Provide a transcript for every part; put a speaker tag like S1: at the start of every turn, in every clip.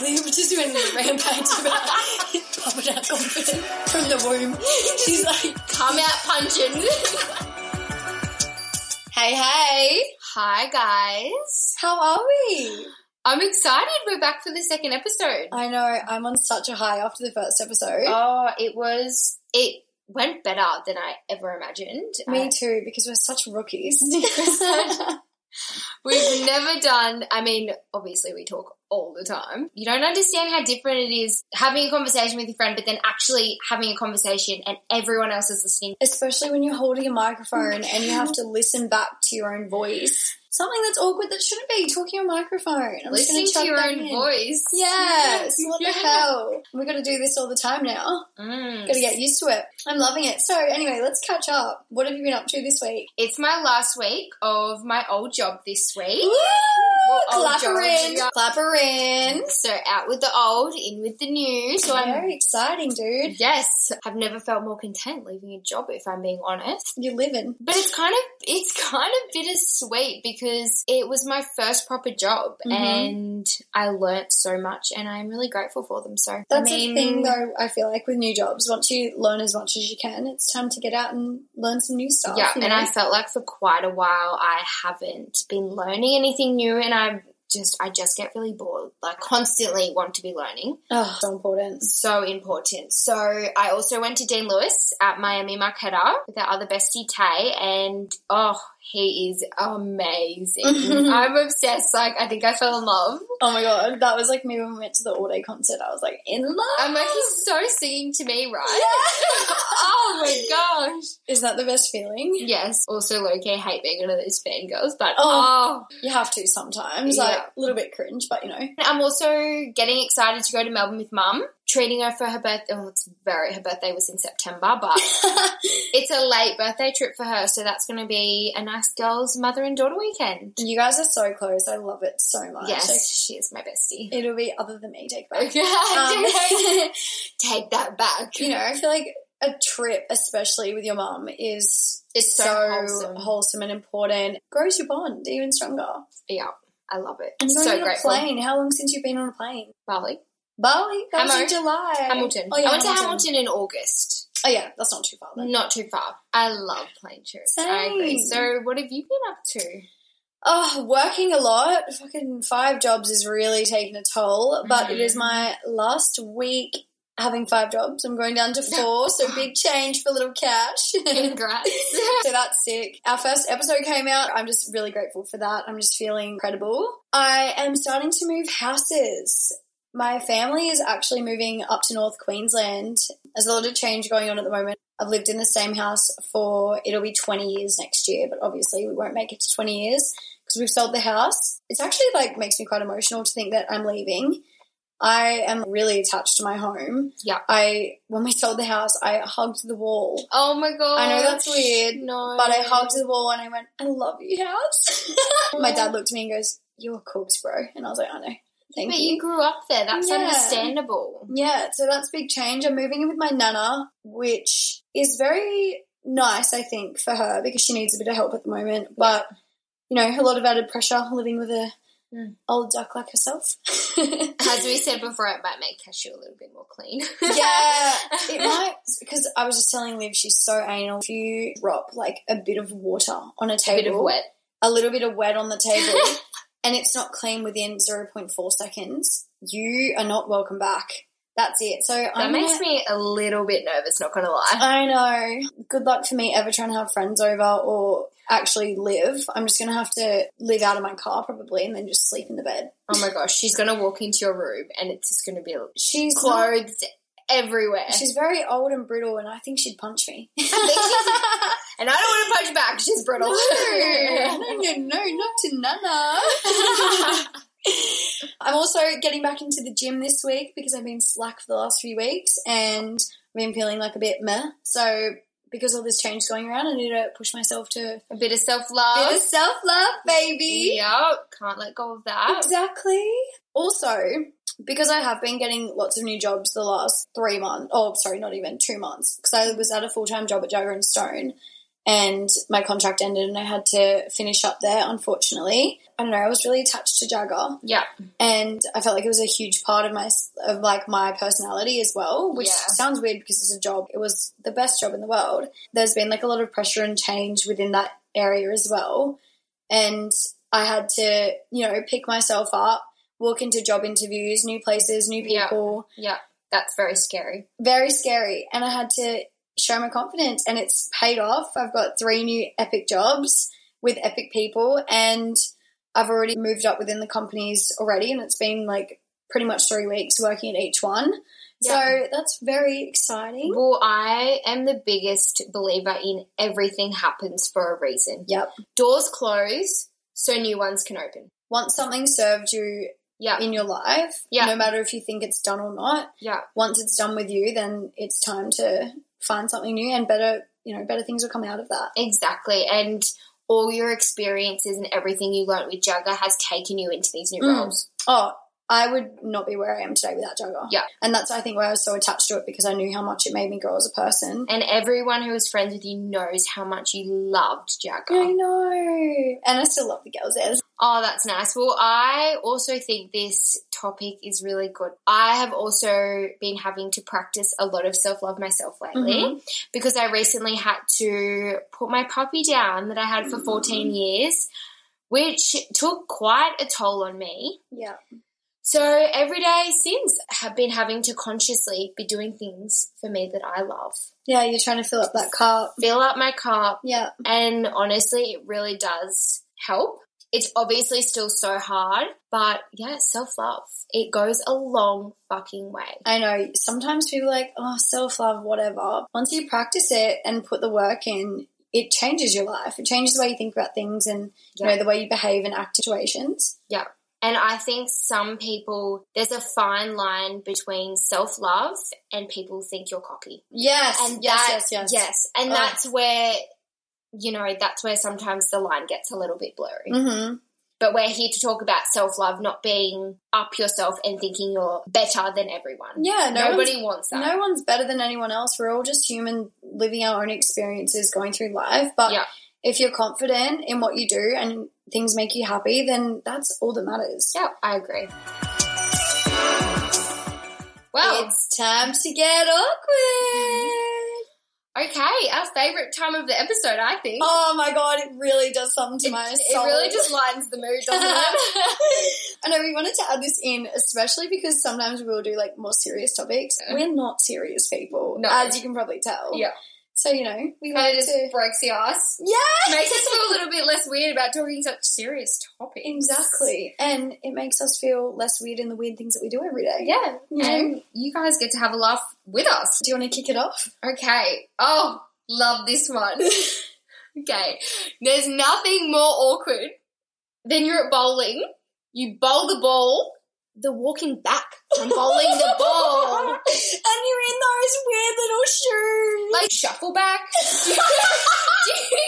S1: we were just doing a rampage about pumping out confidence from the womb. She's like,
S2: Come out punching. hey, hey. Hi, guys.
S1: how are we?
S2: I'm excited. We're back for the second episode.
S1: I know, I'm on such a high after the first episode.
S2: Oh, it was. It went better than I ever imagined.
S1: Me
S2: I-
S1: too, because we're such rookies.
S2: We've never done, I mean, obviously we talk all the time. You don't understand how different it is having a conversation with your friend, but then actually having a conversation and everyone else is listening.
S1: Especially when you're holding a microphone and you have to listen back to your own voice. Something that's awkward that shouldn't be talking on a microphone. I'm just gonna
S2: listening
S1: chuck
S2: to your
S1: that
S2: own
S1: in.
S2: voice.
S1: Yes. What the
S2: Yeah.
S1: hell? We've got to do this all the time now.
S2: Mm.
S1: Got to get used to it. I'm loving it. So anyway, let's catch up. What have you been up to this week?
S2: It's my last week of my old job this week.
S1: Woo!
S2: Well, old
S1: Clapper
S2: job,
S1: in.
S2: yeah.
S1: Clapper in.
S2: So out with the old, in with the new. So I'm
S1: Very exciting, dude.
S2: yes, I've never felt more content leaving a job if I'm being honest.
S1: You're living.
S2: But it's kind of it's kind of bittersweet because it was my first proper job
S1: Mhm.
S2: and I learnt so much and I'm really grateful for them. So
S1: That's
S2: I mean,
S1: the thing, though, I feel like with new jobs. Once you learn as much as you can, it's time to get out and learn some new stuff.
S2: Yeah,
S1: you
S2: and
S1: know?
S2: I felt like for quite a while I haven't been learning anything new and I'm just I just get really bored. Like constantly want to be learning.
S1: Oh, so important.
S2: So important. So I also went to Dean Lewis at Miami Marquetta with our other bestie Tay and oh he is amazing. I'm obsessed. Like I think I fell in love.
S1: Oh my god, that was like me when we went to the all day concert. I was like, in love.
S2: I'm like he's so singing to me, right? oh my gosh.
S1: Is that the best feeling?
S2: Yes. Also low key hate being one of those fangirls, but
S1: Oh.
S2: oh
S1: You have to sometimes,
S2: Yeah.
S1: like a little bit cringe, but you know.
S2: I'm also getting excited to go to Melbourne with mum, treating her for her birthday. Oh, it's very, her birthday was in September, but it's a late birthday trip for her, so that's going to be a nice girls' mother and daughter weekend.
S1: you guys are so close. I love it so much.
S2: Yes, she is my bestie.
S1: Like, it'll be other than me, take back.
S2: Okay,
S1: Um,
S2: take that back.
S1: you know, I feel like a trip, especially with your mum, is
S2: It's so wholesome.
S1: wholesome and important. Grows your bond even stronger.
S2: Yeah, I love it.
S1: And going
S2: so
S1: on
S2: grateful.
S1: a plane. How long since you've been on a plane?
S2: Bali,
S1: Bali. That was in
S2: Hamilton.
S1: July.
S2: Hamilton.
S1: Oh yeah,
S2: I went to Hamilton in August.
S1: Oh yeah, that's not too far. Then.
S2: Not too far. I love plane trips. I agree.
S1: Same.
S2: So, what have you been up to?
S1: Oh, working a lot. Fucking five jobs is really taking a toll. But it
S2: Mm-hmm.
S1: is my last week having five jobs. I'm going down to four, so big change for little cash.
S2: Congrats.
S1: So that's sick. Our first episode came out. I'm just really grateful for that. I'm just feeling incredible. I am starting to move houses. My family is actually moving up to North Queensland. There's a lot of change going on at the moment. I've lived in the same house for it'll be 20 years next year, but obviously we won't make it to 20 years because we've sold the house. It's actually like makes me quite emotional to think that I'm leaving. I am really attached to my home.
S2: Yeah.
S1: I when we sold the house, I hugged the wall
S2: Oh my god.
S1: I know that's weird,
S2: No.
S1: but I hugged the wall and I went, I love you, house. My dad looked at me and goes, You're corpse, bro. And I was like, I know. Thank
S2: But
S1: you.
S2: you grew up there. That's
S1: Yeah.
S2: understandable.
S1: Yeah, so that's big change. I'm moving in with my nana, which is very nice, I think, for her because she needs a bit of help at the moment. But, you know, a lot of added pressure living with a
S2: Mm.
S1: old duck like herself.
S2: As we said before, it might make Cashew a little bit more clean.
S1: yeah, it might because I was just telling Liv she's so anal. If you drop like a bit of water on a
S2: a
S1: table,
S2: bit of wet.
S1: a little bit of wet on the table and it's not clean within 0.4 seconds, you are not welcome back. That's it. So
S2: That
S1: I'm
S2: makes
S1: gonna-
S2: me a little bit nervous, not gonna lie.
S1: I know. Good luck for me ever trying to have friends over or actually live. I'm just going to have to live out of my car probably and then just sleep in the bed.
S2: Oh my gosh, she's gonna walk into your room and it's just gonna be
S1: She's not-
S2: clothes everywhere.
S1: she's very old and brittle and I think she'd punch me.
S2: and I don't wanna punch back, she's brittle.
S1: no, no, not to Nana. I'm also getting back into the gym this week because I've been slack for the last few weeks and I've been feeling like a bit meh. So because all this change is going around, I need to push myself to
S2: a bit of self
S1: a
S2: love.
S1: bit of self love, baby.
S2: Yup, can't let go of that.
S1: Exactly. Also, because I have been getting lots of new jobs the last three months, oh, sorry, not even two months, because I was at a full time job at Jagger and Stone and my contract ended and I had to finish up there, unfortunately. I don't know, I was really attached to Jagger
S2: Yeah.
S1: and I felt like it was a huge part of my of like my personality as well, which
S2: Yeah.
S1: sounds weird because it's a job. It was the best job in the world. There's been like a lot of pressure and change within that area as well, and I had to you know pick myself up, walk into job interviews, new places, new
S2: Yeah.
S1: people.
S2: Yeah. That's very scary.
S1: Very scary, and I had to show my confidence, and it's paid off. I've got three new epic jobs with epic people, and I've already moved up within the companies already, and it's been like pretty much three weeks working at each one.
S2: Yeah.
S1: So that's very exciting.
S2: Well, I am the biggest believer in everything happens for a reason.
S1: Yep.
S2: Doors close so new ones can open.
S1: Once something served you
S2: Yeah.
S1: in your life,
S2: Yeah.
S1: no matter if you think it's done or not,
S2: Yeah.
S1: once it's done with you, then it's time to find something new and better. You know, better things will come out of that.
S2: Exactly. And all your experiences and everything you learnt with Jugger has taken you into these new
S1: Mm.
S2: roles.
S1: Oh, I would not be where I am today without Jugger.
S2: Yeah.
S1: And that's, I think, why I was so attached to it because I knew how much it made me grow as a person.
S2: And everyone who is friends with you knows how much you loved Jugger.
S1: I know. And I still love the girls there.
S2: Oh, that's nice. Well, I also think this topic is really good. I have also been having to practice a lot of self love myself lately because I recently had to put my puppy down that I had for 14 years, which took quite a toll on me.
S1: Yeah.
S2: So every day since, I have been having to consciously be doing things for me that I love.
S1: Yeah, you're trying to fill up that cup.
S2: Fill up my cup,
S1: Yeah.
S2: and honestly, it really does help. It's obviously still so hard, but yeah, self love. It goes a long fucking way.
S1: I know. Sometimes people are like, oh, self love, whatever. Once you practice it and put the work in, it changes your life. It changes the way you think about things and you
S2: Yeah.
S1: know the way you behave in act situations.
S2: And I think some people, there's a fine line between self love and people think you're cocky.
S1: Yes.
S2: And
S1: yes,
S2: that-
S1: yes, yes.
S2: Yes. And
S1: Oh.
S2: that's where, you know, that's where sometimes the line gets a little bit blurry.
S1: Mm-hmm.
S2: But we're here to talk about self love, not being up yourself and thinking you're better than everyone.
S1: Yeah, no one's-
S2: Nobody wants that.
S1: No one's better than anyone else. We're all just human living our own experiences, going through life. But
S2: Yeah.
S1: if you're confident in what you do and things make you happy, then that's all that matters.
S2: Yeah, I agree. Well,
S1: It's time to get awkward.
S2: okay, our favourite time of the episode, I think.
S1: Oh my god, it really does something to my
S2: Mm-hmm. it,
S1: soul.
S2: it really just lightens the mood, doesn't it?
S1: I know we wanted to add this in, especially because sometimes we'll do like more serious topics.
S2: Yeah.
S1: We're not serious people,
S2: No.
S1: as you can probably tell.
S2: Yeah.
S1: So you know, we
S2: Kind of
S1: wanted
S2: just
S1: to
S2: breaks the ice.
S1: yeah.
S2: Makes us feel a little bit less weird about talking such serious topics.
S1: Exactly. And it makes us feel less weird in the weird things that we do every day.
S2: Yeah.
S1: You know?
S2: And you guys get to have a laugh with us.
S1: Do you want to kick it off?
S2: Okay. Oh, love this one. okay. There's nothing more awkward than you're at bowling. You bowl the ball, the walking back from bowling the ball.
S1: and you're in those weird little shoes.
S2: Like shuffle back. Do you, do you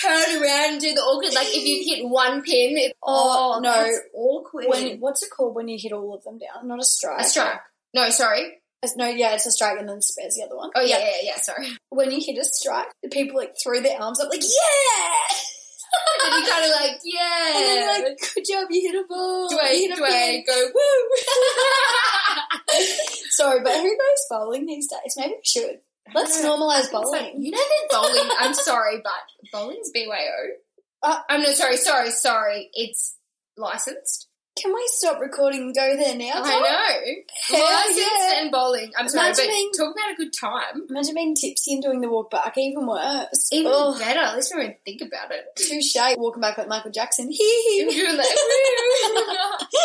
S2: turn around and do the awkward? Like if you hit one pin, it,
S1: Oh, no.
S2: that's awkward.
S1: when what's it called when you hit all of them down? Not a strike.
S2: a strike. No, sorry.
S1: It's- no, yeah, it's a strike and then spares the other one.
S2: Oh yeah, yeah, yeah. Sorry.
S1: When you hit a strike, the people like throw their arms up like, yeah!
S2: And then you kind of like, yeah.
S1: And then you're like, good job, you hit a ball.
S2: do I,
S1: you hit
S2: do
S1: a
S2: I
S1: pin."
S2: go woo?
S1: Sorry, but who goes bowling these days? Maybe we should. Let's normalise
S2: Bowling.
S1: bowling.
S2: You know that bowling. I'm sorry, but bowling's BYO.
S1: Uh,
S2: I'm no sorry, sorry, sorry. It's licensed.
S1: Can we stop recording and go there now? Tom?
S2: I know.
S1: Hell
S2: Licensed
S1: yeah.
S2: and bowling. I'm sorry,
S1: Imagine being-
S2: but talk about a good time.
S1: Imagine being tipsy and doing the walk back, even worse.
S2: Even
S1: Ugh,
S2: better. At least we won't think about it.
S1: touche. Walking back like Michael Jackson. Hee
S2: You're
S1: hee.
S2: doing that. woo.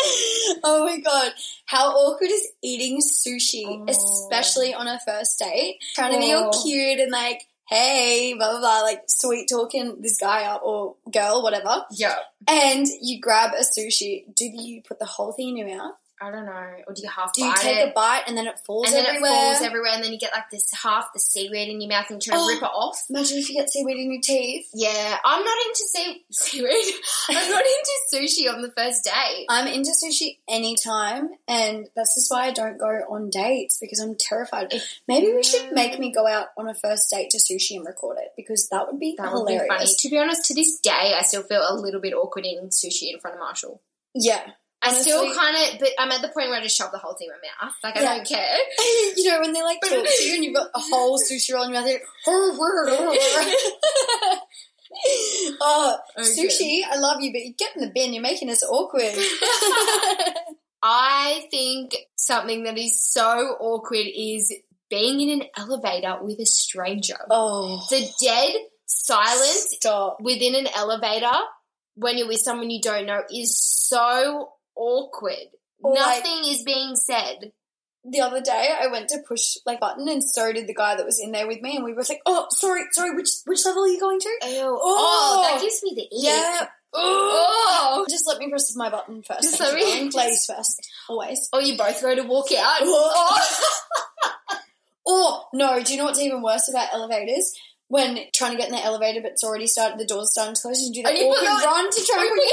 S1: oh my god. How awkward is eating sushi,
S2: Oh.
S1: especially on a first date? Trying to be all
S2: Oh.
S1: cute and like, hey, blah blah blah, like sweet talking this guy up or girl, whatever.
S2: yeah,
S1: And you grab a sushi. Do you put the whole thing in your mouth?
S2: I don't know. Or do you half
S1: Do you
S2: bite
S1: take
S2: it?
S1: a bite and then it falls
S2: and then
S1: everywhere?
S2: it falls everywhere, and then you get like this half the seaweed in your mouth, and you try
S1: Oh.
S2: to rip it off.
S1: Imagine if you get seaweed in your teeth.
S2: Yeah, I'm not into sea- seaweed. I'm not into sushi on the first date.
S1: I'm into sushi anytime, and that's just why I don't go on dates because I'm terrified.
S2: If-
S1: Maybe we should make me go out on a first date to sushi and record it because that would be
S2: That would
S1: hilarious.
S2: be funny. To be honest, to this day, I still feel a little bit awkward eating sushi in front of Marshall.
S1: Yeah.
S2: I still
S1: Honestly.
S2: kind of, but I'm at the point where I just shove the whole thing in my mouth. Like, I
S1: Yeah.
S2: don't care.
S1: you know, when they like talk to you and you've got a whole sushi roll in your mouth, you're like, oh, sushi, I love you, but you get in the bin, you're making us awkward.
S2: I think something that is so awkward is being in an elevator with a stranger.
S1: oh,
S2: The dead silence
S1: stop.
S2: within an elevator when you're with someone you don't know is so awkward.
S1: Or, like-
S2: Nothing is being said.
S1: the other day I went to push like button and so did the guy that was in there with me and we were like, Oh, sorry, sorry, which which level are you going to?
S2: Oh,
S1: Oh.
S2: that gives me the ick.
S1: Yeah.
S2: Oh.
S1: Just let me press my button first.
S2: Just
S1: Thank
S2: let
S1: you,
S2: me-
S1: darling. Ladies first. Always.
S2: Or Oh, you both go to walk out.
S1: Oh. Or no, do you know what's even worse about elevators? When trying to get in the elevator but it's already started the door's starting to close, you do that
S2: And you put
S1: awkward
S2: that-
S1: run to try and
S2: Creepy
S1: put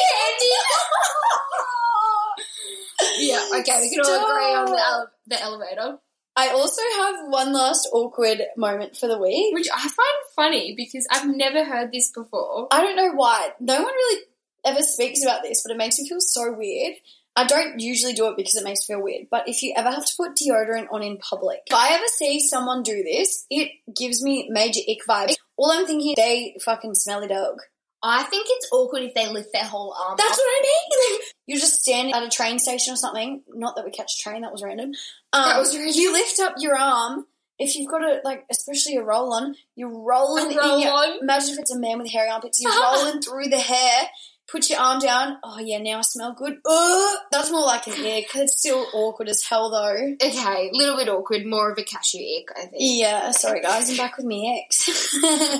S2: yeah, okay, we can all
S1: Stop.
S2: agree on the, ele- the elevator.
S1: I also have one last awkward moment for the week.
S2: Which I find funny because I've never heard this before.
S1: I don't know why. No one really ever speaks about this, but it makes me feel so weird. I don't usually do it because it makes me feel weird, but if you ever have to put deodorant on in public, if I ever see someone do this, it gives me major ick vibes. All I'm thinking, they fucking smelly dog.
S2: I think it's awkward if they lift their whole arm
S1: That's
S2: up.
S1: what I mean. Like, you're just standing at a train station or something. Not that we catch a train. That was random. Um,
S2: That was random.
S1: You lift up your arm. If you've got a like, especially a roll on, you're rolling.
S2: A roll
S1: in your,
S2: on?
S1: Imagine if it's a man with hairy armpits. You're rolling through the hair. Put your arm down. Oh yeah, now I smell good. Ugh. That's more like an ick. It's still awkward as hell though.
S2: Okay, a little bit awkward, more of a cashew ick, I think.
S1: Yeah, sorry guys, I'm back with me ex.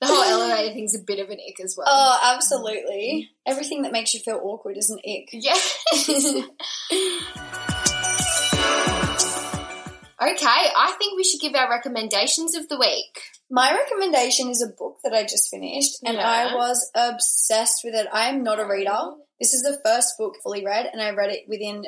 S2: The whole elevator thing's a bit of an ick as well.
S1: oh, absolutely. Everything that makes you feel awkward is an ick.
S2: yeah. okay, I think we should give our recommendations of the week.
S1: My recommendation is a book that I just finished, and
S2: Yeah.
S1: I was obsessed with it. I am not a reader. This is the first book fully read, and I read it within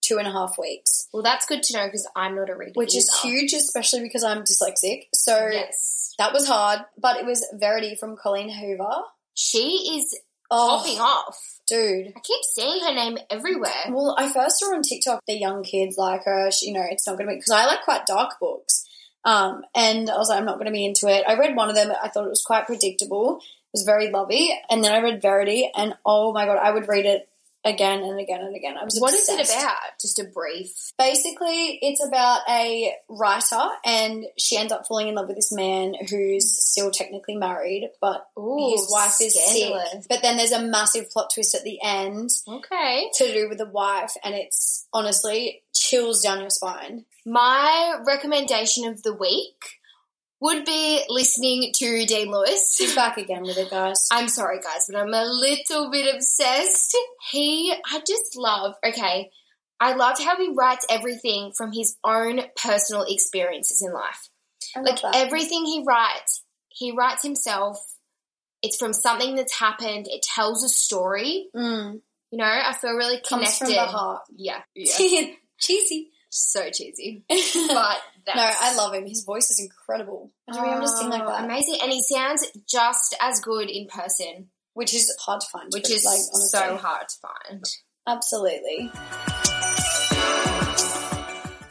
S1: two and a half weeks,
S2: Well, that's good to know because I'm not a reader,
S1: which is
S2: either.
S1: huge, especially because I'm dyslexic. So
S2: Yes,
S1: that was hard, but it was Verity from Colleen Hoover.
S2: she is popping
S1: Oh,
S2: off.
S1: dude.
S2: I keep seeing her name everywhere.
S1: Well, I first saw on TikTok the young kids like her. She, you know, it's not going to be because I like quite dark books, um, and I was like, I'm not going to be into it. I read one of them. I thought it was quite predictable. It was very lovey, and then I read Verity, and oh my god, I would read it again and again and again. I was
S2: What is it
S1: obsessed.
S2: about? Just a brief.
S1: Basically, it's about a writer, and she ends up falling in love with this man who's still technically married, but
S2: Ooh,
S1: his wife is sick.
S2: scandalous.
S1: But then there's a massive plot twist at the end
S2: Okay.
S1: to do with the wife, and it's honestly chills down your spine.
S2: My recommendation of the week would be listening to Dean Lewis.
S1: She's back again with it, guys.
S2: I'm sorry, guys, but I'm a little bit obsessed. He, I just love, okay, I loved how he writes everything from his own personal experiences in life.
S1: I love
S2: Like
S1: that.
S2: everything he writes, he writes himself. It's from something that's happened. It tells a story.
S1: Mm.
S2: You know, I feel really connected.
S1: comes from the heart.
S2: Yeah.
S1: Cheesy.
S2: so cheesy.
S1: no,
S2: But that's,
S1: I love him. His voice is incredible. Imagine being able to sing like
S2: Oh,
S1: that,
S2: Amazing. And he sounds just as good in person,
S1: which is hard to find.
S2: which
S1: but,
S2: is
S1: like, honestly.
S2: so hard to find.
S1: Absolutely.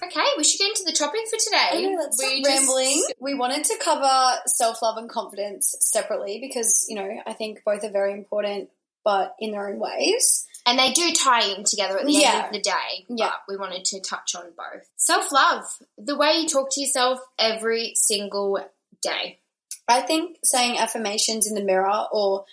S2: Okay, we should get into the topic for today.
S1: I know, let's
S2: We
S1: stop
S2: just-
S1: rambling. We wanted to cover self love and confidence separately because, you know, I think both are very important, but in their own ways.
S2: and they do tie in together at the
S1: Yeah.
S2: end of the day. but
S1: Yeah.
S2: we wanted to touch on both. Self love, the way you talk to yourself every single day.
S1: I think saying affirmations in the mirror or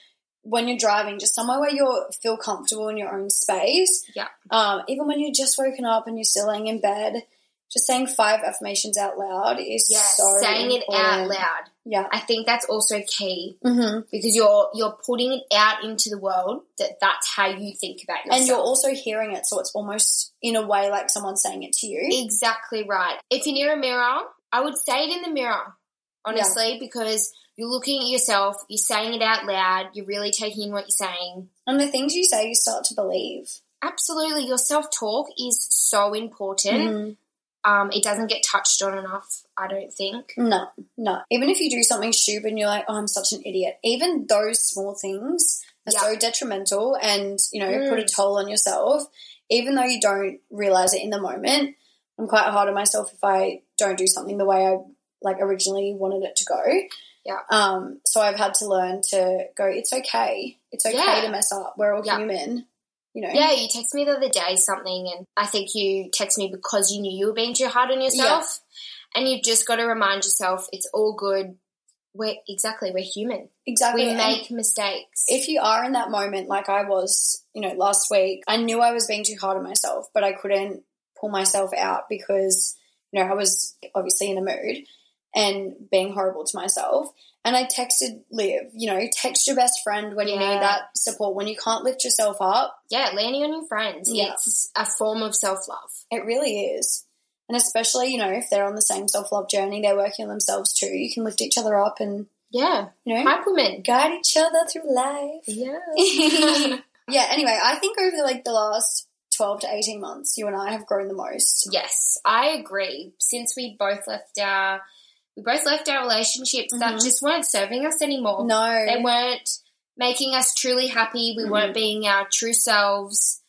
S1: when you're driving, just somewhere where you feel comfortable in your own space.
S2: Yeah.
S1: Um, even when you're just woken up and you're still laying in bed, just saying five affirmations out loud is
S2: Yeah,
S1: so
S2: saying it out
S1: important.
S2: loud. Mm-hmm.
S1: Yeah.
S2: I think that's also key
S1: hmm
S2: because you're you're putting it out into the world that that's how you think about yourself.
S1: And you're also hearing it, so it's almost in a way like someone saying it to you.
S2: Exactly right. If you're near a mirror, I would say it in the mirror, honestly, because you're looking at yourself, you're saying it out loud, you're really taking in what you're saying.
S1: And the things you say, you start to believe.
S2: Absolutely, your self talk is so important.
S1: Mm.
S2: Um, it doesn't get touched on enough, I don't think.
S1: No, no. Even if you do something stupid and you're like, oh, I'm such an idiot, even those small things are
S2: Yeah.
S1: so detrimental and, you know,
S2: Mm.
S1: put a toll on yourself, even though you don't realize it in the moment. I'm quite hard on myself if I don't do something the way I like originally wanted it to go.
S2: Yeah.
S1: Um, so I've had to learn to go, it's okay. It's okay
S2: Yeah.
S1: to mess up. We're all
S2: Yeah.
S1: human. You know?
S2: Yeah, you text me the other day something, and I think you text me because you knew you were being too hard on yourself, and you've just got to remind yourself it's all good. We're exactly we're human.
S1: Exactly.
S2: We
S1: And
S2: make mistakes.
S1: if you are in that moment like I was, you know, last week, I knew I was being too hard on myself, but I couldn't pull myself out because, you know, I was obviously in a mood and being horrible to myself. And I texted Liv, you know, text your best friend when you
S2: Yeah.
S1: need that support. When you can't lift yourself up,
S2: yeah, leaning on your friends.
S1: Yeah.
S2: It's a form of self love.
S1: it really is. And especially, you know, if they're on the same self love journey, they're working on themselves too. You can lift each other up and,
S2: Yeah.
S1: you know,
S2: Hype women.
S1: guide each other through life.
S2: Yeah.
S1: yeah, anyway, I think over like the last 12 to 18 months, you and I have grown the most.
S2: yes, I agree. Since we both left our we both left our relationships that
S1: Mhm.
S2: just weren't serving us anymore.
S1: No.
S2: They weren't making us truly happy. We
S1: Mhm.
S2: weren't being our true selves.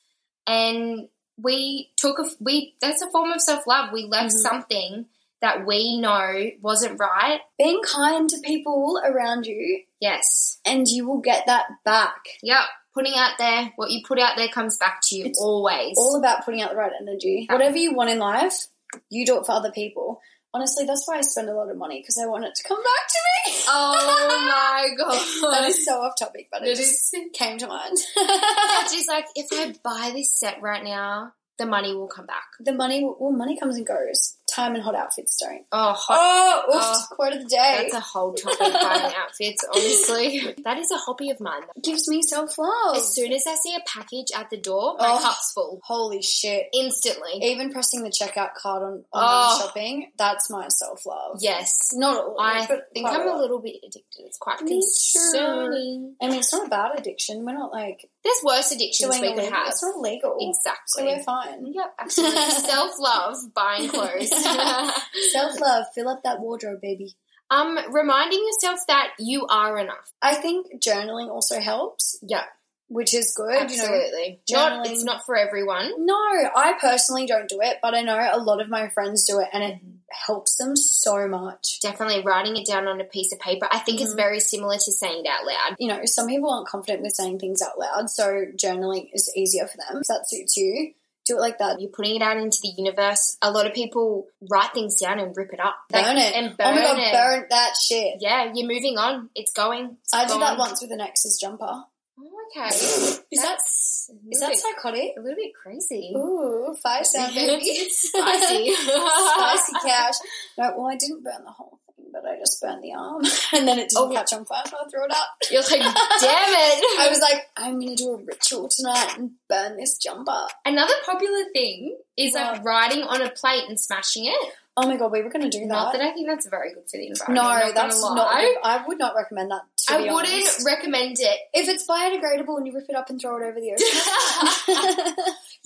S2: And we took a we that's a form of self love. We left
S1: Mhm.
S2: something that we know wasn't right.
S1: Being kind to people around you,
S2: Yes.
S1: and you will get that back.
S2: Yep. Putting out there what you put out there comes back to you
S1: It's
S2: always.
S1: All about putting out the right energy.
S2: Yeah.
S1: Whatever you want in life, you do it for other people. Honestly, that's why I spend a lot of money because I want it to come back to me.
S2: Oh my god.
S1: that is so off topic, but it,
S2: It
S1: just came to mind.
S2: She's like, if I buy this set right now, the money will come back.
S1: the money, well, money comes and goes. Time and hot outfits don't.
S2: Oh, hot.
S1: Oh, oof,
S2: Oh.
S1: quote of the day.
S2: That's a whole topic buying outfits, honestly. that is a hobby of mine.
S1: gives me self love.
S2: As soon as I see a package at the door, my
S1: Oh.
S2: cup's full.
S1: Holy shit.
S2: Instantly.
S1: Even pressing the checkout card on online
S2: Oh.
S1: shopping, that's my self love.
S2: Yes.
S1: Not all. of it,
S2: I
S1: but
S2: think
S1: quite
S2: I'm a
S1: lot.
S2: little bit addicted. It's quite
S1: Me too.
S2: concerning.
S1: I mean, it's not a bad addiction. We're not like
S2: There's worse addictions
S1: doing
S2: we could
S1: illegal.
S2: have.
S1: It's not illegal. So we're
S2: Exactly.
S1: fine.
S2: Yep, absolutely. Self love, buying clothes.
S1: Self love, fill up that wardrobe, baby.
S2: um, reminding yourself that you are enough.
S1: I think journaling also helps,
S2: Yeah,
S1: which is good. You
S2: Absolutely. Not,
S1: journaling.
S2: it's not for everyone.
S1: know, no, I personally don't do it, but I know a lot of my friends do it, and it helps them so much.
S2: Definitely writing it down on a piece of paper. I think it's
S1: Mhm.
S2: very similar to saying it out loud.
S1: you know, some people aren't confident with saying things out loud, so journaling is easier for them. If that suits you, do it like that. Oh
S2: You're putting it out into the universe. A lot of people write things down and rip it up.
S1: Burn it.
S2: And burn
S1: oh my god,
S2: it.
S1: burn that shit.
S2: Yeah, you're moving on. It's going. It's
S1: I did that
S2: gone.
S1: once with an ex's jumper.
S2: Oh, okay. is
S1: Is that
S2: that's a
S1: is
S2: little
S1: that
S2: bit-
S1: psychotic?
S2: a little bit crazy.
S1: Ooh, fire sound baby.
S2: It's spicy.
S1: Spicy cash. No, well, I didn't burn the whole thing, but I just burned the arm, and then it didn't
S2: Oh.
S1: catch on fire, so I threw it up.
S2: You're like, damn it.
S1: I was like, I'm gonna do a ritual tonight and burn this jumper.
S2: Another popular thing is like writing on a plate and smashing it.
S1: Oh my god, we were gonna do that.
S2: Not that I think that's very good for the environment.
S1: no,
S2: I'm not
S1: that's
S2: gonna
S1: not.
S2: lie.
S1: good. I would not recommend that. To
S2: I
S1: be
S2: wouldn't
S1: honest.
S2: recommend it.
S1: If it's biodegradable and you rip it up and throw it over the ocean.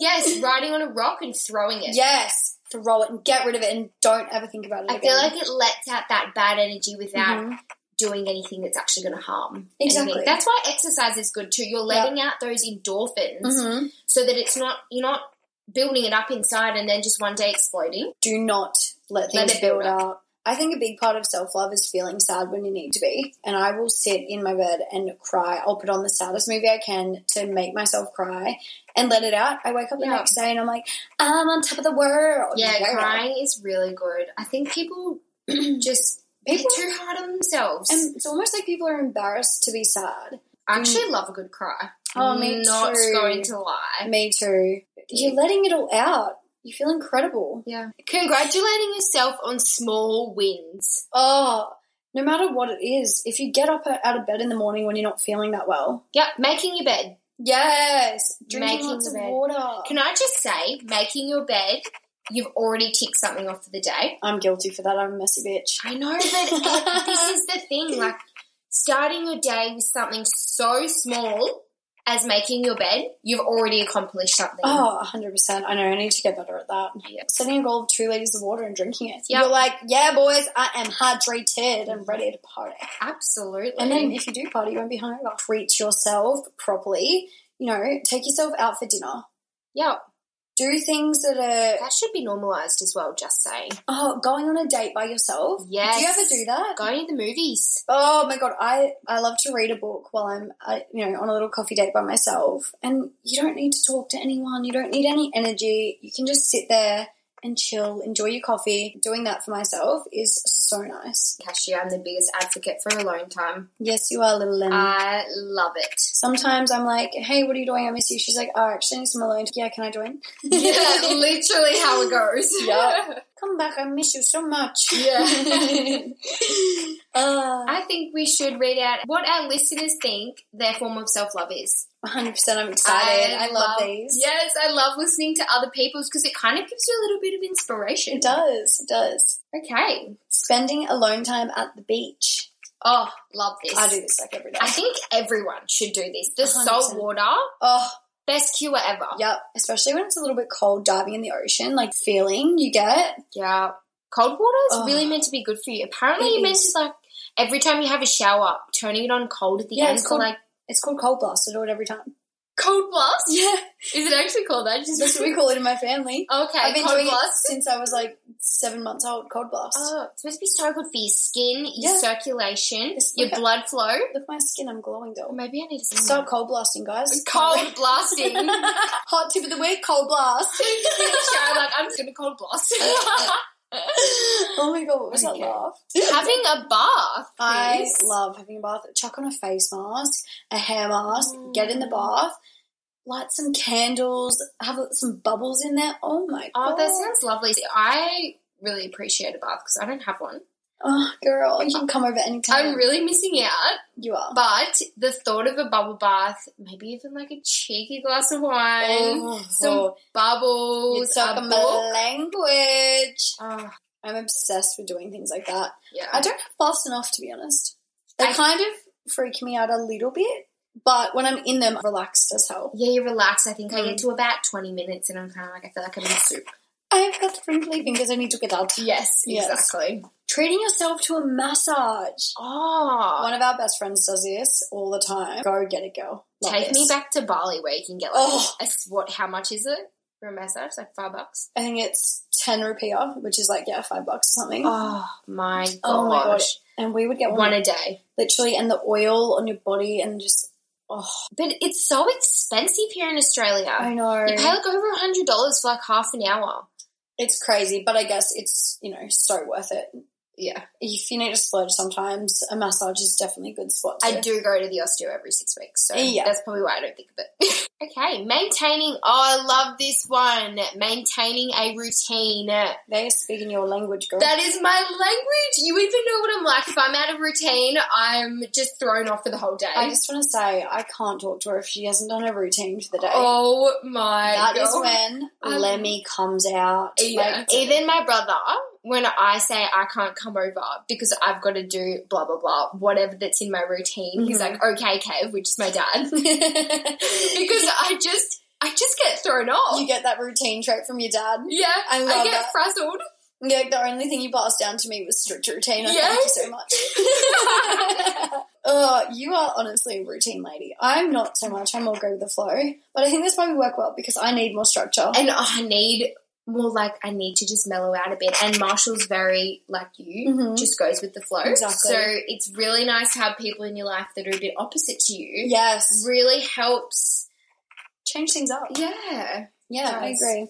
S2: Yes, riding on a rock and throwing it.
S1: yes. Throw it and get rid of it and don't ever think about it
S2: I feel
S1: again.
S2: like it lets out that bad energy without
S1: Mhm.
S2: doing anything that's actually going to harm.
S1: Exactly.
S2: anything. That's why exercise is good too. You're letting out those endorphins
S1: Mhm.
S2: so that it's not you're not building it up inside and then just one day exploding.
S1: Do not let
S2: Let
S1: things
S2: it build
S1: build up. I think a big part of self love is feeling sad when you need to be. And I will sit in my bed and cry. I'll put on the saddest movie I can to make myself cry and let it out. I wake up the
S2: Yeah.
S1: next day and I'm like, I'm on top of the world.
S2: Yeah,
S1: You know?
S2: crying is really good. I think people just
S1: People-
S2: are too hard on themselves.
S1: And it's almost like people are embarrassed to be sad.
S2: I actually love a good cry.
S1: Oh, me
S2: Not
S1: too.
S2: going to lie.
S1: Me too. You're letting it all out. You feel incredible.
S2: Yeah. Congratulating yourself on small wins.
S1: Oh, no matter what it is, if you get up out of bed in the morning when you're not feeling that well,
S2: Yep, making your bed.
S1: yes, drinking
S2: Making
S1: lots
S2: the
S1: of
S2: bed.
S1: water.
S2: Can I just say, making your bed, you've already ticked something off for the day.
S1: I'm guilty for that. I'm a messy bitch.
S2: I know, but this is the thing. Like, starting your day with something so small as making your bed, you've already accomplished something.
S1: Oh, 100%. I know. I need to get better at that.
S2: Yeah.
S1: Setting a goal of two liters of water and drinking it.
S2: Yeah.
S1: You're like, yeah, boys, I am hydrated and ready to party.
S2: Absolutely.
S1: And then if you do party, you won't be hungover. Treat yourself properly. You know, take yourself out for dinner.
S2: yeah,
S1: Do things that are
S2: that should be normalised as well, just saying.
S1: oh, going on a date by yourself.
S2: Yes.
S1: Do you ever do that?
S2: Going to the movies.
S1: Oh my god, I, I love to read a book while I'm I, you know on a little coffee date by myself, and you don't need to talk to anyone. You don't need any energy. You can just sit there and chill, enjoy your coffee. Doing that for myself is so nice.
S2: Cashier, I'm the biggest advocate for alone time.
S1: Yes, you are, little
S2: Mm.
S1: Lenny.
S2: I love it.
S1: Sometimes I'm like, hey, what are you doing? I miss you. She's like, oh, I actually need some alone. time. Yeah, can I join?
S2: yeah, literally how it goes.
S1: Yep. Come back, I miss you so much.
S2: Yeah.
S1: uh,
S2: I think we should read out what our listeners think their form of self love is.
S1: 100% I'm excited. I, love, these.
S2: Yes, I love listening to other people's because it kind of gives you a little bit of inspiration.
S1: It does, it does.
S2: Okay.
S1: Spending alone time at the beach.
S2: Oh, love this.
S1: I do this like every day.
S2: I think everyone should do this. The
S1: 100%.
S2: salt water,
S1: Oh,
S2: best cure ever.
S1: yep. Especially when it's a little bit cold diving in the ocean, like feeling you get.
S2: Yeah. Cold water is
S1: Oh.
S2: really meant to be good for you. Apparently,
S1: It
S2: you're meant
S1: is.
S2: to like every time you have a shower, turning it on cold at the
S1: Yeah,
S2: end
S1: it's
S2: for
S1: called-
S2: like
S1: It's called cold blast. I do it every time.
S2: cold blast.
S1: Yeah.
S2: Is it actually called that? Just
S1: That's what we call it in my family.
S2: Okay,
S1: I've been
S2: cold
S1: doing it
S2: blast.
S1: since I was like seven months old. Cold blast.
S2: Oh, it's supposed to be so good for your skin, your
S1: Yeah.
S2: circulation,
S1: It's
S2: your
S1: like a-
S2: blood flow.
S1: Look at my skin. I'm glowing
S2: Or
S1: though.
S2: maybe I need to
S1: Start cold blasting, guys.
S2: cold blasting.
S1: Hot tip of the week, cold blast.
S2: Show, like I'm just gonna cold blast. Uh,
S1: oh my god, what was
S2: Okay.
S1: that laugh?
S2: Having a bath.
S1: I
S2: please.
S1: love having a bath. Chuck on a face mask, a hair mask,
S2: Mm.
S1: get in the bath, light some candles, have some bubbles in there. Oh my
S2: Oh,
S1: god.
S2: that sounds lovely. I really appreciate a bath because I don't have one.
S1: Oh, girl, you can come over anytime.
S2: I'm really missing out.
S1: you are.
S2: But the thought of a bubble bath, maybe even like a cheeky glass of wine,
S1: Oh,
S2: some
S1: you're
S2: bubbles, a
S1: talking my
S2: book.
S1: language.
S2: Oh,
S1: I'm obsessed with doing things like that.
S2: yeah.
S1: I don't have baths enough, to be honest. They
S2: I-
S1: kind of freak me out a little bit, but when I'm in them, I'm relaxed as hell.
S2: Yeah, you're relaxed. I think I
S1: Mm.
S2: get to about 20 minutes and I'm kind of like, I feel like I'm in soup.
S1: I've got wrinkly fingers. I need to get out.
S2: Yes,
S1: Yes.
S2: exactly.
S1: Treating yourself to a massage.
S2: Oh,
S1: One of our best friends does this all the time. Go get it, girl. Love
S2: take me
S1: this.
S2: back to Bali where you can get like,
S1: Oh.
S2: a, s- what, how much is it for a massage? Like five bucks?
S1: I think it's 10 rupiah, which is like, yeah, five bucks or something.
S2: Oh my gosh.
S1: Oh my God. And we would get one,
S2: One a day.
S1: literally, and the oil on your body, and just, oh,
S2: But it's so expensive here in Australia.
S1: I know.
S2: You pay like over $100 for like half an hour.
S1: It's crazy, but I guess it's, you know, so worth it.
S2: Yeah.
S1: If you need to splurge sometimes, a massage is definitely a good spot.
S2: I
S1: to-
S2: do go to the osteo every six weeks, so
S1: Yeah.
S2: that's probably why I don't think of it. okay, maintaining. Oh, I love this one. Maintaining a routine.
S1: They speak in your language, girl.
S2: That is my language. You even know what I'm like. If I'm out of routine, I'm just thrown off for the whole day.
S1: I just want to say, I can't talk to her if she hasn't done her routine for the day.
S2: oh my
S1: That is
S2: God.
S1: when
S2: Um,
S1: Lemmy comes out.
S2: Yeah.
S1: Like,
S2: Even my brother, when I say I can't come over because I've got to do blah blah blah, whatever that's in my routine, he's
S1: Mhm.
S2: like, "Okay, Kev," which is my dad, because I just, I just get thrown off.
S1: you get that routine trait from your dad.
S2: yeah,
S1: I love
S2: get
S1: that.
S2: frazzled.
S1: Yeah, the only thing you passed down to me was strict routine. I Thank you
S2: Yes.
S1: so much. oh, you are honestly a routine lady. I'm not so much. I'm more go with the flow. But I think that's why we work well because I need more structure.
S2: and I need more like I need to just mellow out a bit. And Marshall's very like you,
S1: Mhm.
S2: just goes with the flow.
S1: Exactly.
S2: So it's really nice to have people in your life that are a bit opposite to you.
S1: yes,
S2: Really helps.
S1: change things up.
S2: Yeah,
S1: Yeah, I
S2: Nice.
S1: agree.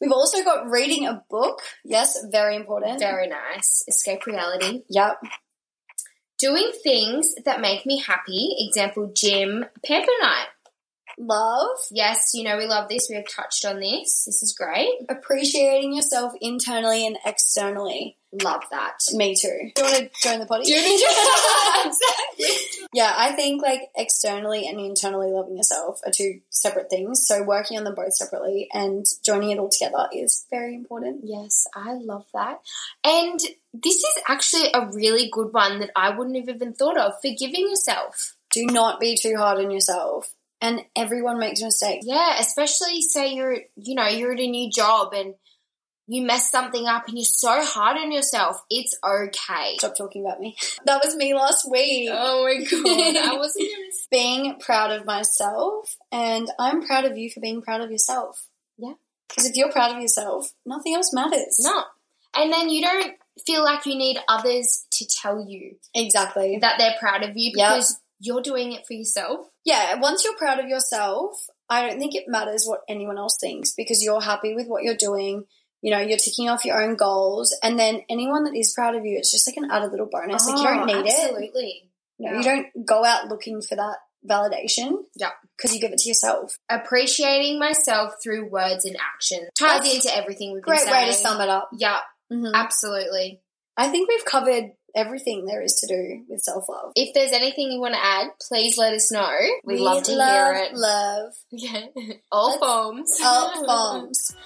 S1: We've also got reading a book. Yes, very important.
S2: very nice. Escape reality.
S1: Yep.
S2: Doing things that make me happy. Example: gym, pepper night.
S1: love,
S2: Yes, you know we love this. We have touched on this. This is great.
S1: appreciating yourself internally and externally.
S2: Love that.
S1: Me too. Do you want to join the potty?
S2: Do you need to-
S1: yeah, I think like externally and internally loving yourself are two separate things. So working on them both separately and joining it all together is very important.
S2: Yes, I love that. And this is actually a really good one that I wouldn't have even thought of. Forgiving yourself.
S1: Do not be too hard on yourself. And everyone makes mistakes.
S2: Yeah, especially say you're, you know, you're at a new job and you mess something up and you're so hard on yourself. It's okay.
S1: Stop talking about me. That was me last week.
S2: Oh my god, I wasn't gonna say.
S1: being proud of myself and I'm proud of you for being proud of yourself.
S2: Yeah.
S1: Because if you're proud of yourself, nothing else matters.
S2: No. And then you don't feel like you need others to tell you
S1: Exactly.
S2: that they're proud of you
S1: Yeah.
S2: because you're doing it for yourself.
S1: Yeah, once you're proud of yourself, I don't think it matters what anyone else thinks because you're happy with what you're doing. You know, you're ticking off your own goals. And then anyone that is proud of you, it's just like an added little bonus. like you don't need it.
S2: Oh, absolutely.
S1: Ah, You, know, you don't go out looking for that validation.
S2: Yeah.
S1: Because you give it to yourself.
S2: appreciating myself through words and action ties
S1: That's
S2: into everything we've
S1: Great
S2: been saying.
S1: way to sum it up.
S2: Yeah,
S1: Mhm.
S2: Mm-hmm. absolutely.
S1: I think we've covered everything there is to do with self love.
S2: If there's anything you want to add, please let us know. We'd love to
S1: love,
S2: hear it.
S1: Love
S2: Yeah. All
S1: Let's-
S2: forms.
S1: up farms.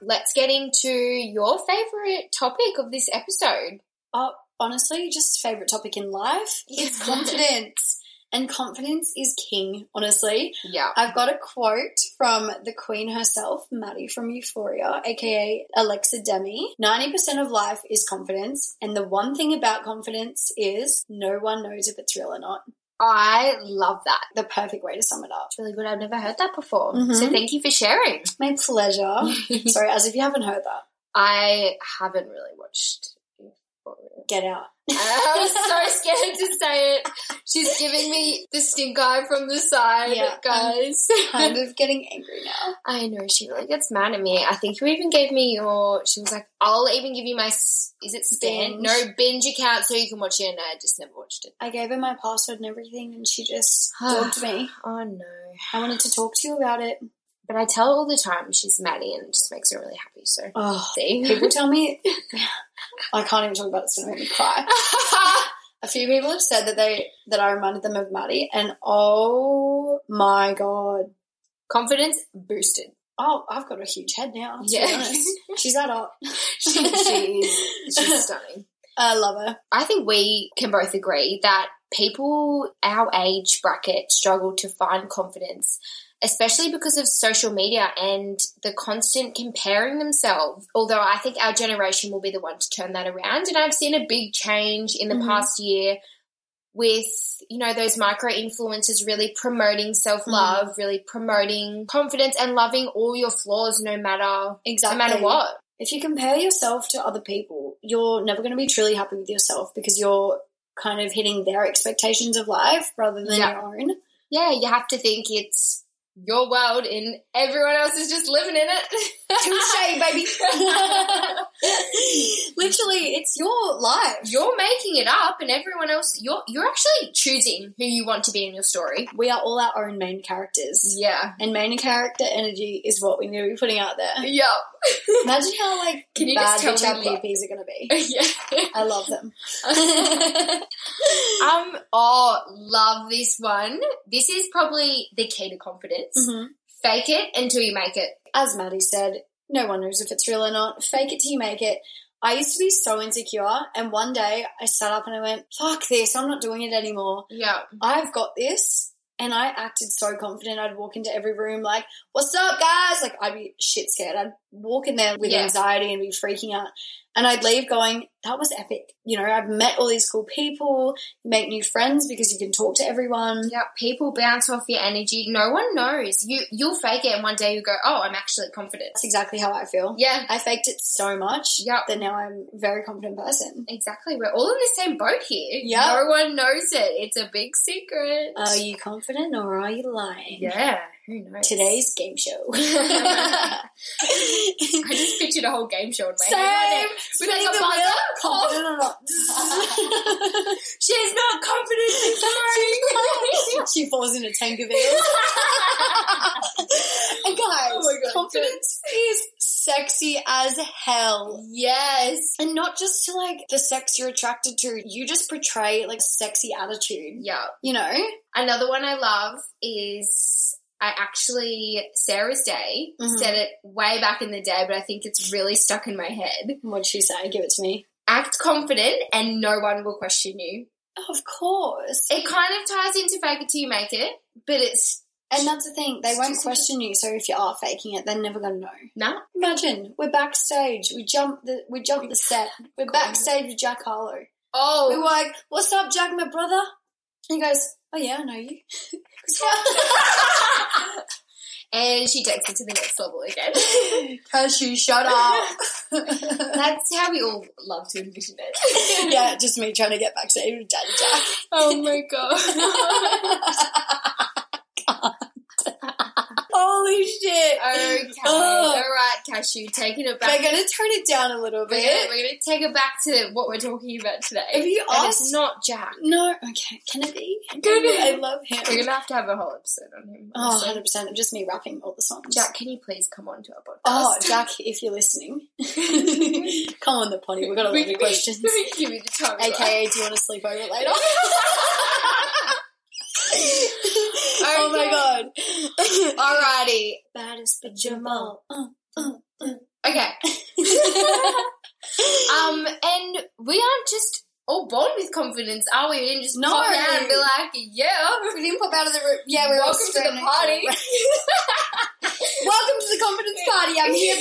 S2: Let's get into your favorite topic of this episode.
S1: Up, Uh, honestly, just favorite topic in life. It's confidence, and confidence is king. Honestly,
S2: Yeah.
S1: I've got a quote from the queen herself, Maddie from Euphoria, aka Alexa Demi. Ninety percent of life is confidence, and the one thing about confidence is no one knows if it's real or not.
S2: I love that.
S1: The perfect way to sum it up.
S2: It's really good. I've never heard that before.
S1: Mhm.
S2: So thank you for sharing.
S1: My pleasure.
S2: Oh.
S1: Sorry, as if you haven't heard that.
S2: I haven't really watched. Euphoria.
S1: Get out.
S2: I was so scared to say it. She's giving me the stink eye from the side,
S1: Yeah.
S2: guys.
S1: kind of getting angry now.
S2: I know she really gets mad at me. I think you even gave me your. She was like, "I'll even give you my. s- Is it stand?
S1: Binge.
S2: No binge account, so you can watch it." And I just never watched it.
S1: I gave her my password and everything, and she just dogged me.
S2: Oh no!
S1: I wanted to talk to you about it.
S2: But I tell her all the time she's Maddie, and it just makes her really happy. So
S1: Oh,
S2: see.
S1: people tell me I can't even talk about it. It's gonna make me cry. A few people have said that they that I reminded them of Maddie, and oh my god!
S2: Confidence boosted.
S1: Oh, I've got a huge head now. To
S2: Yeah.
S1: be honest. she's that up.
S2: She, she is. She's stunning.
S1: I love her.
S2: I think we can both agree that people our age bracket struggle to find confidence, especially because of social media and the constant comparing themselves. Although I think our generation will be the one to turn that around. And I've seen a big change in the
S1: Mhm.
S2: past year with, you know, those micro influencers really promoting self love, really promoting confidence and loving all your flaws no matter
S1: Exactly.
S2: no matter what.
S1: If you compare yourself to other people, you're never going to be truly happy with yourself because you're kind of hitting their expectations of life rather than
S2: Yeah.
S1: your own.
S2: yeah, you have to think it's your world and everyone else is just living in it.
S1: Touche, baby. Literally, it's your life.
S2: you're making it up and everyone else you're you're actually choosing who you want to be in your story.
S1: We are all our own main characters.
S2: Yeah.
S1: And main character energy is what we need to be putting out there.
S2: Yeah.
S1: Imagine how like
S2: Can you
S1: bad
S2: just tell
S1: bitch
S2: me
S1: our
S2: what-
S1: PPs are gonna be.
S2: yeah.
S1: I love them.
S2: um oh love this one. This is probably the key to confidence.
S1: Mm-hmm.
S2: Fake it until you make it.
S1: As Maddie said, no one knows if it's real or not. Fake it till you make it. I used to be so insecure, and one day I sat up and I went, "Fuck this! I'm not doing it anymore.
S2: Yeah.
S1: I've got this. And I acted so confident. I'd walk into every room like, what's up, guys? Like, I'd be shit scared. I'd walk in there with
S2: Yeah.
S1: anxiety and be freaking out. And I'd leave going, that was epic. You know, I've met all these cool people, make new friends because you can talk to everyone.
S2: Yeah, people bounce off your energy. No one knows. You you'll fake it and one day you go, "Oh, I'm actually confident."
S1: That's exactly how I feel.
S2: Yeah.
S1: I faked it so much
S2: Yeah.
S1: that now I'm a very confident person.
S2: Exactly. We're all in the same boat here.
S1: Yeah.
S2: No one knows it. It's a big secret.
S1: Oh, Are you confident or are you lying?
S2: yeah. Who knows?
S1: Today's game show.
S2: I just pictured a whole game show in my
S1: Same.
S2: head. With like
S1: Spinning
S2: a
S1: the wheel, Oh.
S2: buzzer.
S1: confident or not.
S2: She's not confident in throwing.
S1: she falls in a Tankerville. and guys,
S2: Oh my God.
S1: confidence is sexy as hell.
S2: yes.
S1: And not just to like the sex you're attracted to, you just portray like sexy attitude,
S2: Yeah.
S1: you know?
S2: Another one I love is I actually Sarah's Day
S1: Mhm.
S2: said it way back in the day, but I think it's really stuck in my head.
S1: What'd she say? Give it to me.
S2: Act confident and no one will question you.
S1: Of course.
S2: It kind of ties into fake it till you make it, but it's
S1: And that's the thing, they
S2: It's
S1: won't
S2: just-
S1: question you, so if you are faking it, they're never gonna know.
S2: no.
S1: Imagine, we're backstage, we jump the we jump the set. We're backstage with Jack Harlow.
S2: Oh,
S1: We were like, What's up, Jack, my brother? And he goes, Oh yeah, I know you.
S2: and she takes it to the next level again.
S1: Cashew, shut up.
S2: That's how we all love to envision it.
S1: yeah, just me trying to get backstage with Daddy Jack.
S2: Oh my god.
S1: Holy shit.
S2: okay.
S1: Oh.
S2: All right, Cashew, taking it
S1: They're
S2: back.
S1: going to turn it down a little
S2: We're
S1: bit.
S2: gonna, we're gonna take it back to what we're talking about today.
S1: If you
S2: and
S1: asked-
S2: it's not Jack.
S1: No, okay. Can it be?
S2: Can it?
S1: I love him.
S2: We're gonna have to have a whole episode on him.
S1: Oh,
S2: honestly.
S1: 100%. Just me rapping all the songs.
S2: Jack, can you please come on to our podcast?
S1: Oh, Jack, if you're listening, come on the potty. We've got a lot of questions.
S2: Give me the time. right?
S1: AKA, do you want to sleep over later? Oh my
S2: Okay.
S1: god.
S2: Alrighty.
S1: Baddest pajama. Uh, uh, uh.
S2: Okay. Um, and we aren't just all born with confidence, are we? We didn't just
S1: No.
S2: pop out and be like, yeah.
S1: we didn't pop out of the room. Yeah, we're all
S2: Welcome to the
S1: straight-
S2: party.
S1: Welcome to the confidence party. I'm here,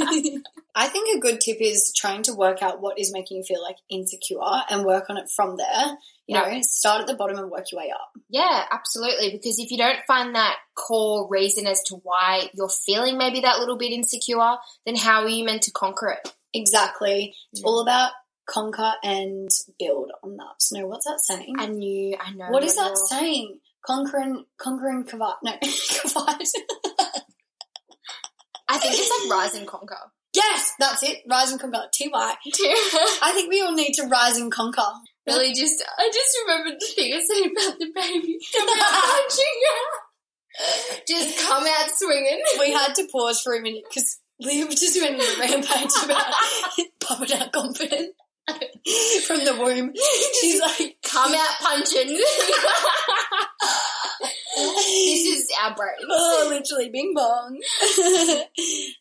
S1: baby. I think a good tip is trying to work out what is making you feel like insecure and work on it from there. You know, start at the bottom and work your way up.
S2: Yeah, absolutely. Because if you don't find that core reason as to why you're feeling maybe that little bit insecure, then how are you meant to conquer it?
S1: Exactly. It's
S2: Yeah.
S1: all about conquer and build on that. No, what's that saying?
S2: I knew, I know.
S1: what is
S2: you're-
S1: that saying? Conquer and conquer and cavite. No, cavite.
S2: I think it's like rise and conquer.
S1: yes, that's it. Rise and conquer. T Y. I think we all need to rise and conquer.
S2: really, just I just remembered the thing I said about the baby come out punching her. Just come out swinging.
S1: we had to pause for a minute because Liam just went on a rampage about pumping out confident from the womb. She's like,
S2: Come out punching. this is our brains.
S1: oh, literally bing bong.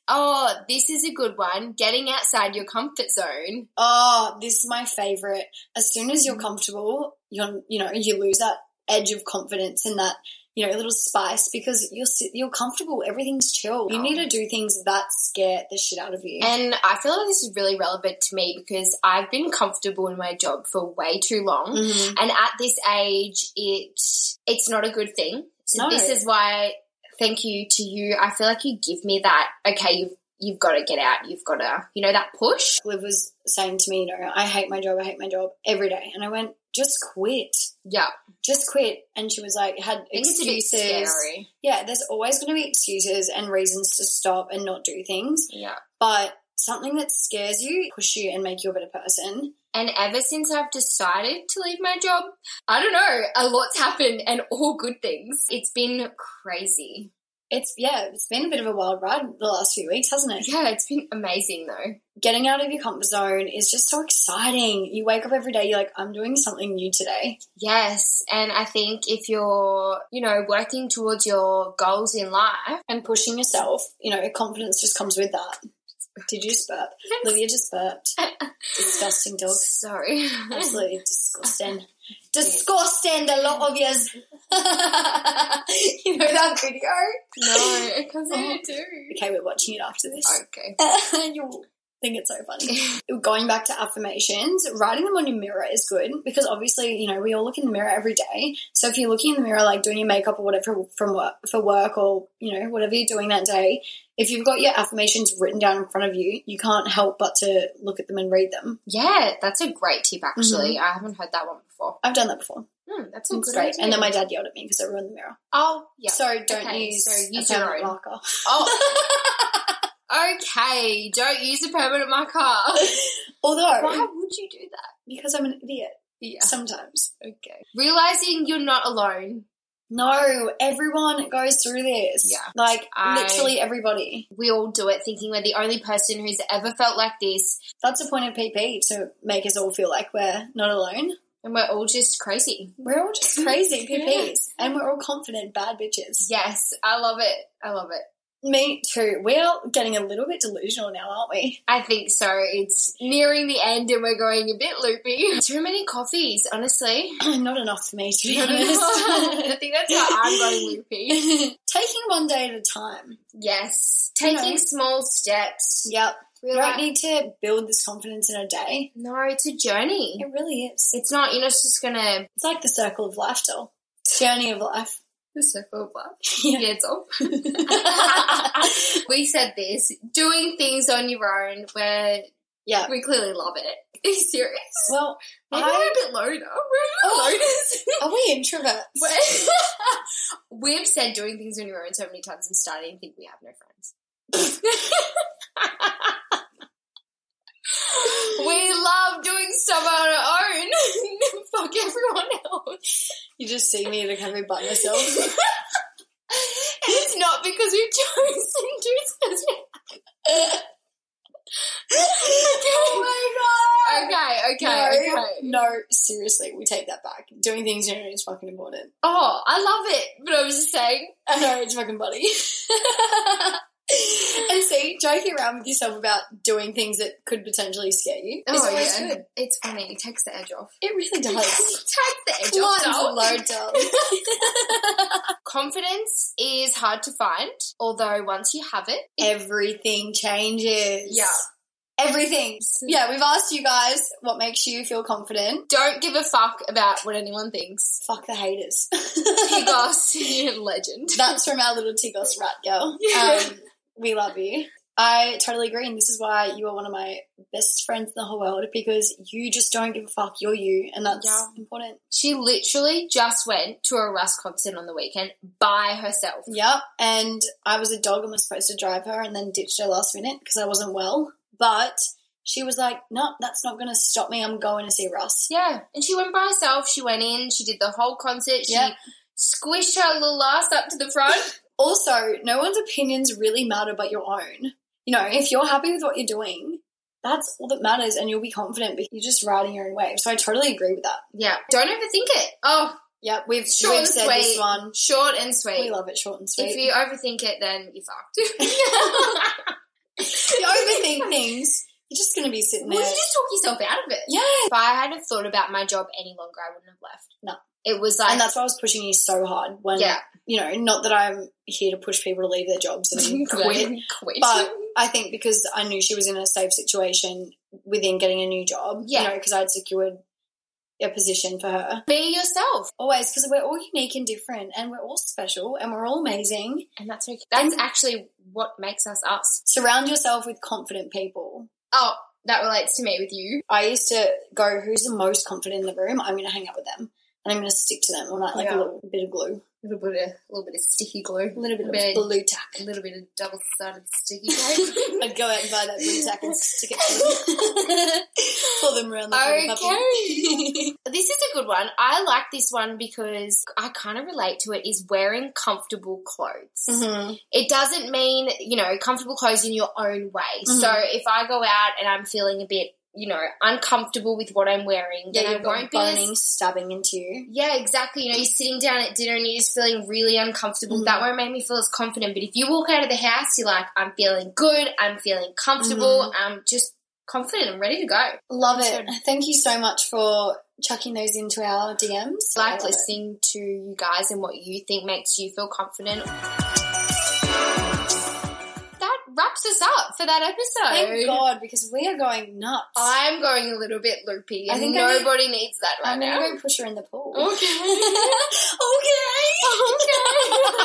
S2: Oh, this is a good one. Getting outside your comfort zone.
S1: oh, this is my favorite. As soon as
S2: Mm.
S1: you're comfortable, you're you know you lose that edge of confidence and that you know little spice because you're si- you're comfortable. Everything's chill. You need to do things that scare the shit out of you.
S2: And I feel like this is really relevant to me because I've been comfortable in my job for way too long.
S1: Mhm.
S2: And at this age, it it's not a good thing. So
S1: No.
S2: this is why thank you to you. I feel like you give me that okay, you've you've got to get out. You've got to, you know, that push.
S1: Liv was saying to me, you know, I hate my job, I hate my job every day. And I went, just quit.
S2: Yeah.
S1: Just quit. And she was like, had
S2: I think it's a bit
S1: excuses.
S2: scary.
S1: Yeah, there's always going to be excuses and reasons to stop and not do things.
S2: Yeah.
S1: But something that scares you, push you and make you a better person.
S2: And ever since I've decided to leave my job, I don't know, a lot's happened and all good things. It's been crazy.
S1: It's, yeah, it's been a bit of a wild ride the last few weeks, hasn't it?
S2: Yeah, it's been amazing though.
S1: Getting out of your comfort zone is just so exciting. You wake up every day, you're like, I'm doing something new today.
S2: Yes, and I think if you're, you know, working towards your goals in life,
S1: And pushing yourself, you know, confidence just comes with that. Did you just burp? Olivia just burped. Disgusting dog.
S2: sorry,
S1: Absolutely disgusting. Disgusting, the lot of yous. you know that video?
S2: no, because I do.
S1: Okay, we're watching it after this.
S2: Okay,
S1: You'll think it's so funny. Going back to affirmations, writing them on your mirror is good because obviously, you know, we all look in the mirror every day. So if you're looking in the mirror, like doing your makeup or whatever from work, for work or, you know, whatever you're doing that day, if you've got your affirmations written down in front of you, you can't help but to look at them and read them.
S2: yeah, that's a great tip. Actually, I haven't heard that one before.
S1: I've done that before.
S2: Hmm, that's a
S1: It's
S2: good
S1: Mm-hmm. great.
S2: idea.
S1: And then my dad yelled at me because I ruined the mirror.
S2: oh yeah.
S1: So don't
S2: Okay,
S1: use,
S2: so use
S1: a
S2: your
S1: permanent
S2: own.
S1: marker.
S2: Oh. okay. Don't use a permanent marker.
S1: Although,
S2: Why would you do that?
S1: because I'm an idiot
S2: Yeah.
S1: sometimes.
S2: Okay. Realizing you're not alone.
S1: No, everyone goes through this.
S2: Yeah.
S1: Like,
S2: I-
S1: literally everybody.
S2: We all do it thinking we're the only person who's ever felt like this
S1: That's the point of PP to make us all feel like we're not alone.
S2: and we're all just crazy.
S1: We're all just crazy
S2: Yeah.
S1: PPs. And we're all confident bad bitches.
S2: Yes, I love it. I love it.
S1: Me too. We're getting a little bit delusional now, aren't we?
S2: I think so. It's nearing the end and we're going a bit loopy. Too many coffees, honestly.
S1: not enough for me, to be honest.
S2: I think that's how I'm going loopy.
S1: Taking one day at a time.
S2: Yes.
S1: You know.
S2: Taking small steps.
S1: Yep. We
S2: Reali-
S1: don't need to build this confidence in a day.
S2: no, it's a journey.
S1: It really is.
S2: It's not, you know, it's just gonna.
S1: It's like the circle of life, doll. Journey of life.
S2: The circle of life.
S1: Yeah.
S2: Yeah, it's all. we said this. Doing things on your own where
S1: Yeah.
S2: we clearly love it. Are you serious?
S1: Well,
S2: Maybe
S1: I-
S2: we're a bit loner. We're a bit
S1: Oh.
S2: loners.
S1: are we introverts?
S2: We've said doing things on your own so many times and starting to think we have no friends. we love doing stuff on our own. Fuck everyone else.
S1: You just see me at a cafe by myself.
S2: And it's not because we've chosen to. It's because we
S1: oh my god!
S2: Okay, okay,
S1: no,
S2: okay.
S1: no, seriously, we take that back. Doing things on your own is fucking important.
S2: Oh, I love it. But I was just saying,
S1: I know it's fucking buddy. and see, joking around with yourself about doing things that could potentially scare you is
S2: oh,
S1: always
S2: yeah,
S1: good.
S2: it's funny. It takes the edge off.
S1: It really
S2: It
S1: does.
S2: takes the edge off.
S1: Lines low,
S2: doll.
S1: doll.
S2: Confidence is hard to find, although once you have it,
S1: Everything changes.
S2: Yeah.
S1: Everything. Yeah, we've asked you guys what makes you feel confident.
S2: don't give a fuck about what anyone thinks.
S1: Fuck the haters.
S2: Pigos, you legend.
S1: That's from our little Tigos rat girl.
S2: Yeah.
S1: Um, we love you. I totally agree, and this is why you are one of my best friends in the whole world because you just don't give a fuck. You're you, and that's
S2: Yeah.
S1: important.
S2: She literally just went to a Russ concert on the weekend by herself.
S1: Yep. And I was a dog and was supposed to drive her, and then ditched her last minute because I wasn't well. But she was like, "No, that's not going to stop me. I'm going to see Russ."
S2: Yeah, and she went by herself. She went in, she did the whole concert. She
S1: Yeah.
S2: squished her little ass up to the front.
S1: Also, no one's opinions really matter but your own. You know, if you're happy with what you're doing, that's all that matters, and you'll be confident. But you're just riding your own wave. So I totally agree with that.
S2: yeah, don't overthink it. Oh,
S1: Yep, we've,
S2: Short
S1: we've
S2: and
S1: said this
S2: sweet.
S1: one.
S2: short and sweet.
S1: We love it short and
S2: if
S1: sweet.
S2: you overthink it, then you're fucked.
S1: If you overthink things, you're just going to be sitting
S2: Well,
S1: there.
S2: you just talk yourself out of it.
S1: Yeah.
S2: If I had have thought about my job any longer, I wouldn't have left.
S1: No.
S2: It was like,
S1: And that's why I was pushing you so hard when,
S2: yeah,
S1: you know, not that I'm here to push people to leave their jobs and quit.
S2: quit, quit.
S1: But I think because I knew she was in a safe situation within getting a new job, you
S2: Yeah.
S1: know, because I'd secured a position for her.
S2: Be yourself,
S1: Always, because we're all unique and different and we're all special and we're all amazing.
S2: and that's okay. That's actually what makes us us.
S1: Surround yourself with confident people
S2: Oh, that relates to me with you.
S1: I used to go, who's the most confident in the room? I'm going to hang out with them and I'm going to stick to them all night, like a
S2: Yeah.
S1: little bit of glue,
S2: A little bit of, a little bit of sticky glue,
S1: a little bit
S2: Bit.
S1: of blue tack.
S2: a little bit of double sided sticky glue.
S1: I'd go out and buy that blue tack and stick it to them. Pull them around the okay.
S2: Okay. this is a good one. I like this one because I kind of relate to it is wearing comfortable clothes.
S1: Mm-hmm.
S2: it doesn't mean you know comfortable clothes in your own way so if i go out and i'm feeling a bit you know uncomfortable with what i'm wearing
S1: Yeah,
S2: then i
S1: you've got
S2: won't be as,
S1: burning, stabbing into you.
S2: yeah exactly you know you're sitting down at dinner and you're just feeling really uncomfortable
S1: Mhm.
S2: that won't make me feel as confident but if you walk out of the house you're like i'm feeling good i'm feeling comfortable i'm just confident i'm ready to go
S1: Love
S2: That's
S1: it. Thank you so much for chucking those into our DMs. I
S2: like
S1: love it.
S2: listening to you guys and what you think makes you feel confident that wraps wraps us up for that episode.
S1: Thank God, because we are going nuts.
S2: I'm going a little bit loopy.
S1: I
S2: and
S1: think I need-
S2: nobody needs that right
S1: I'm
S2: now.
S1: gonna go push her in the pool.
S2: Okay. okay.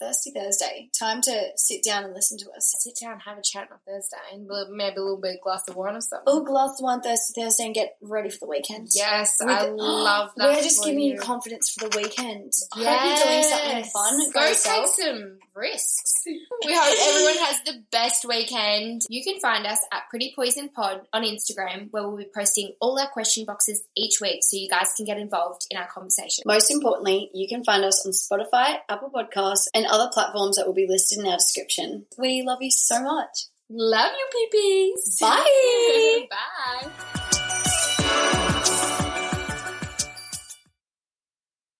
S1: Thirsty Thursday. Time to sit down and listen to us.
S2: sit down, have a chat on Thursday, and we'll- maybe a little bit of glass of wine or something.
S1: Oh, glass one Thirsty Thursday and get ready for the weekend.
S2: yes,
S1: With-
S2: I love that.
S1: We're just
S2: for
S1: giving you. confidence for the weekend. I hope you're doing something
S2: Yes.
S1: fun.
S2: Go
S1: Go yourself.
S2: take some risks. We hope everyone has the best weekend. You can find us at Pretty Poison Pod on Instagram, where we'll be posting all our question boxes each week, so you guys can get involved in our conversation.
S1: Most importantly, you can find us on Spotify, Apple Podcasts, and other platforms that will be listed in our description. We love you so much.
S2: Love you, peepees.
S1: Bye.